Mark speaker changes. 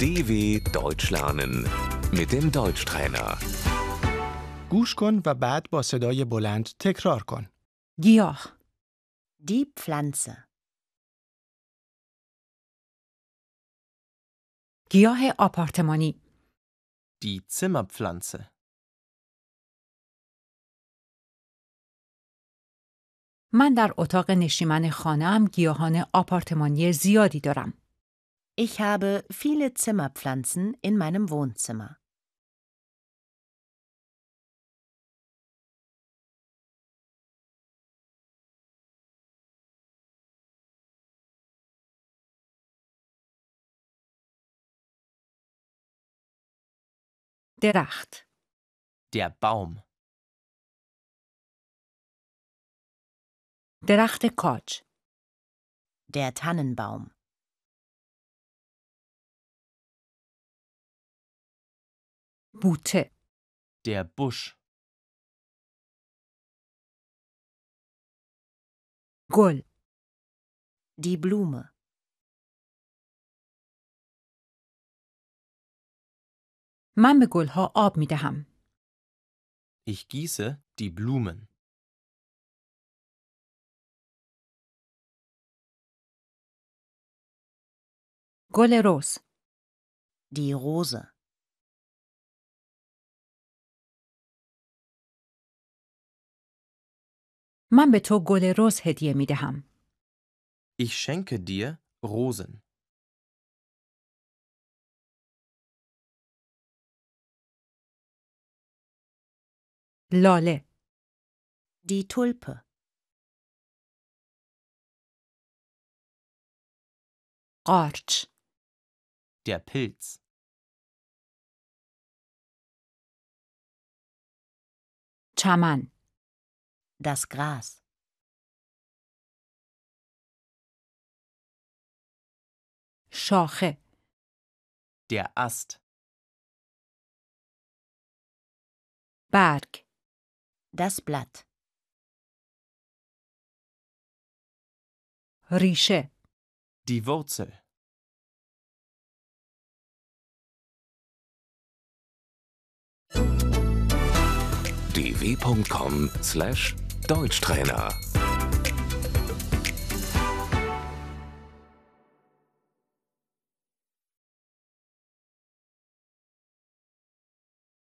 Speaker 1: DW Deutsch lernen mit dem Deutschtrainer.
Speaker 2: گوش کن و بعد با صدای بلند تکرار کن.
Speaker 3: گیاه
Speaker 4: Die Pflanze.
Speaker 3: گیاه آپارتمانی
Speaker 5: Die Zimmerpflanze.
Speaker 3: من در اتاق نشیمن خانهام گیاهان آپارتمانی زیادی دارم
Speaker 4: Ich habe viele Zimmerpflanzen in meinem Wohnzimmer.
Speaker 3: درخت
Speaker 5: Der Baum.
Speaker 3: درخت کاج
Speaker 4: Der Tannenbaum.
Speaker 3: بوته
Speaker 5: Der Busch.
Speaker 3: گل
Speaker 4: Die Blume.
Speaker 3: من به گلها آب می دهم
Speaker 5: Ich gieße die Blumen.
Speaker 3: گل رز
Speaker 4: Die Rose.
Speaker 3: من به تو گل رز هدیه می دهم
Speaker 5: Ich schenke dir Rosen.
Speaker 3: لاله
Speaker 4: Die Tulpe.
Speaker 3: قارچ
Speaker 5: Der Pilz.
Speaker 3: چمن
Speaker 4: Das Gras.
Speaker 3: شاخه
Speaker 5: Der Ast.
Speaker 3: برگ
Speaker 4: Das Blatt.
Speaker 3: ریشه
Speaker 5: Die Wurzel.
Speaker 1: dw.com/deutschtrainer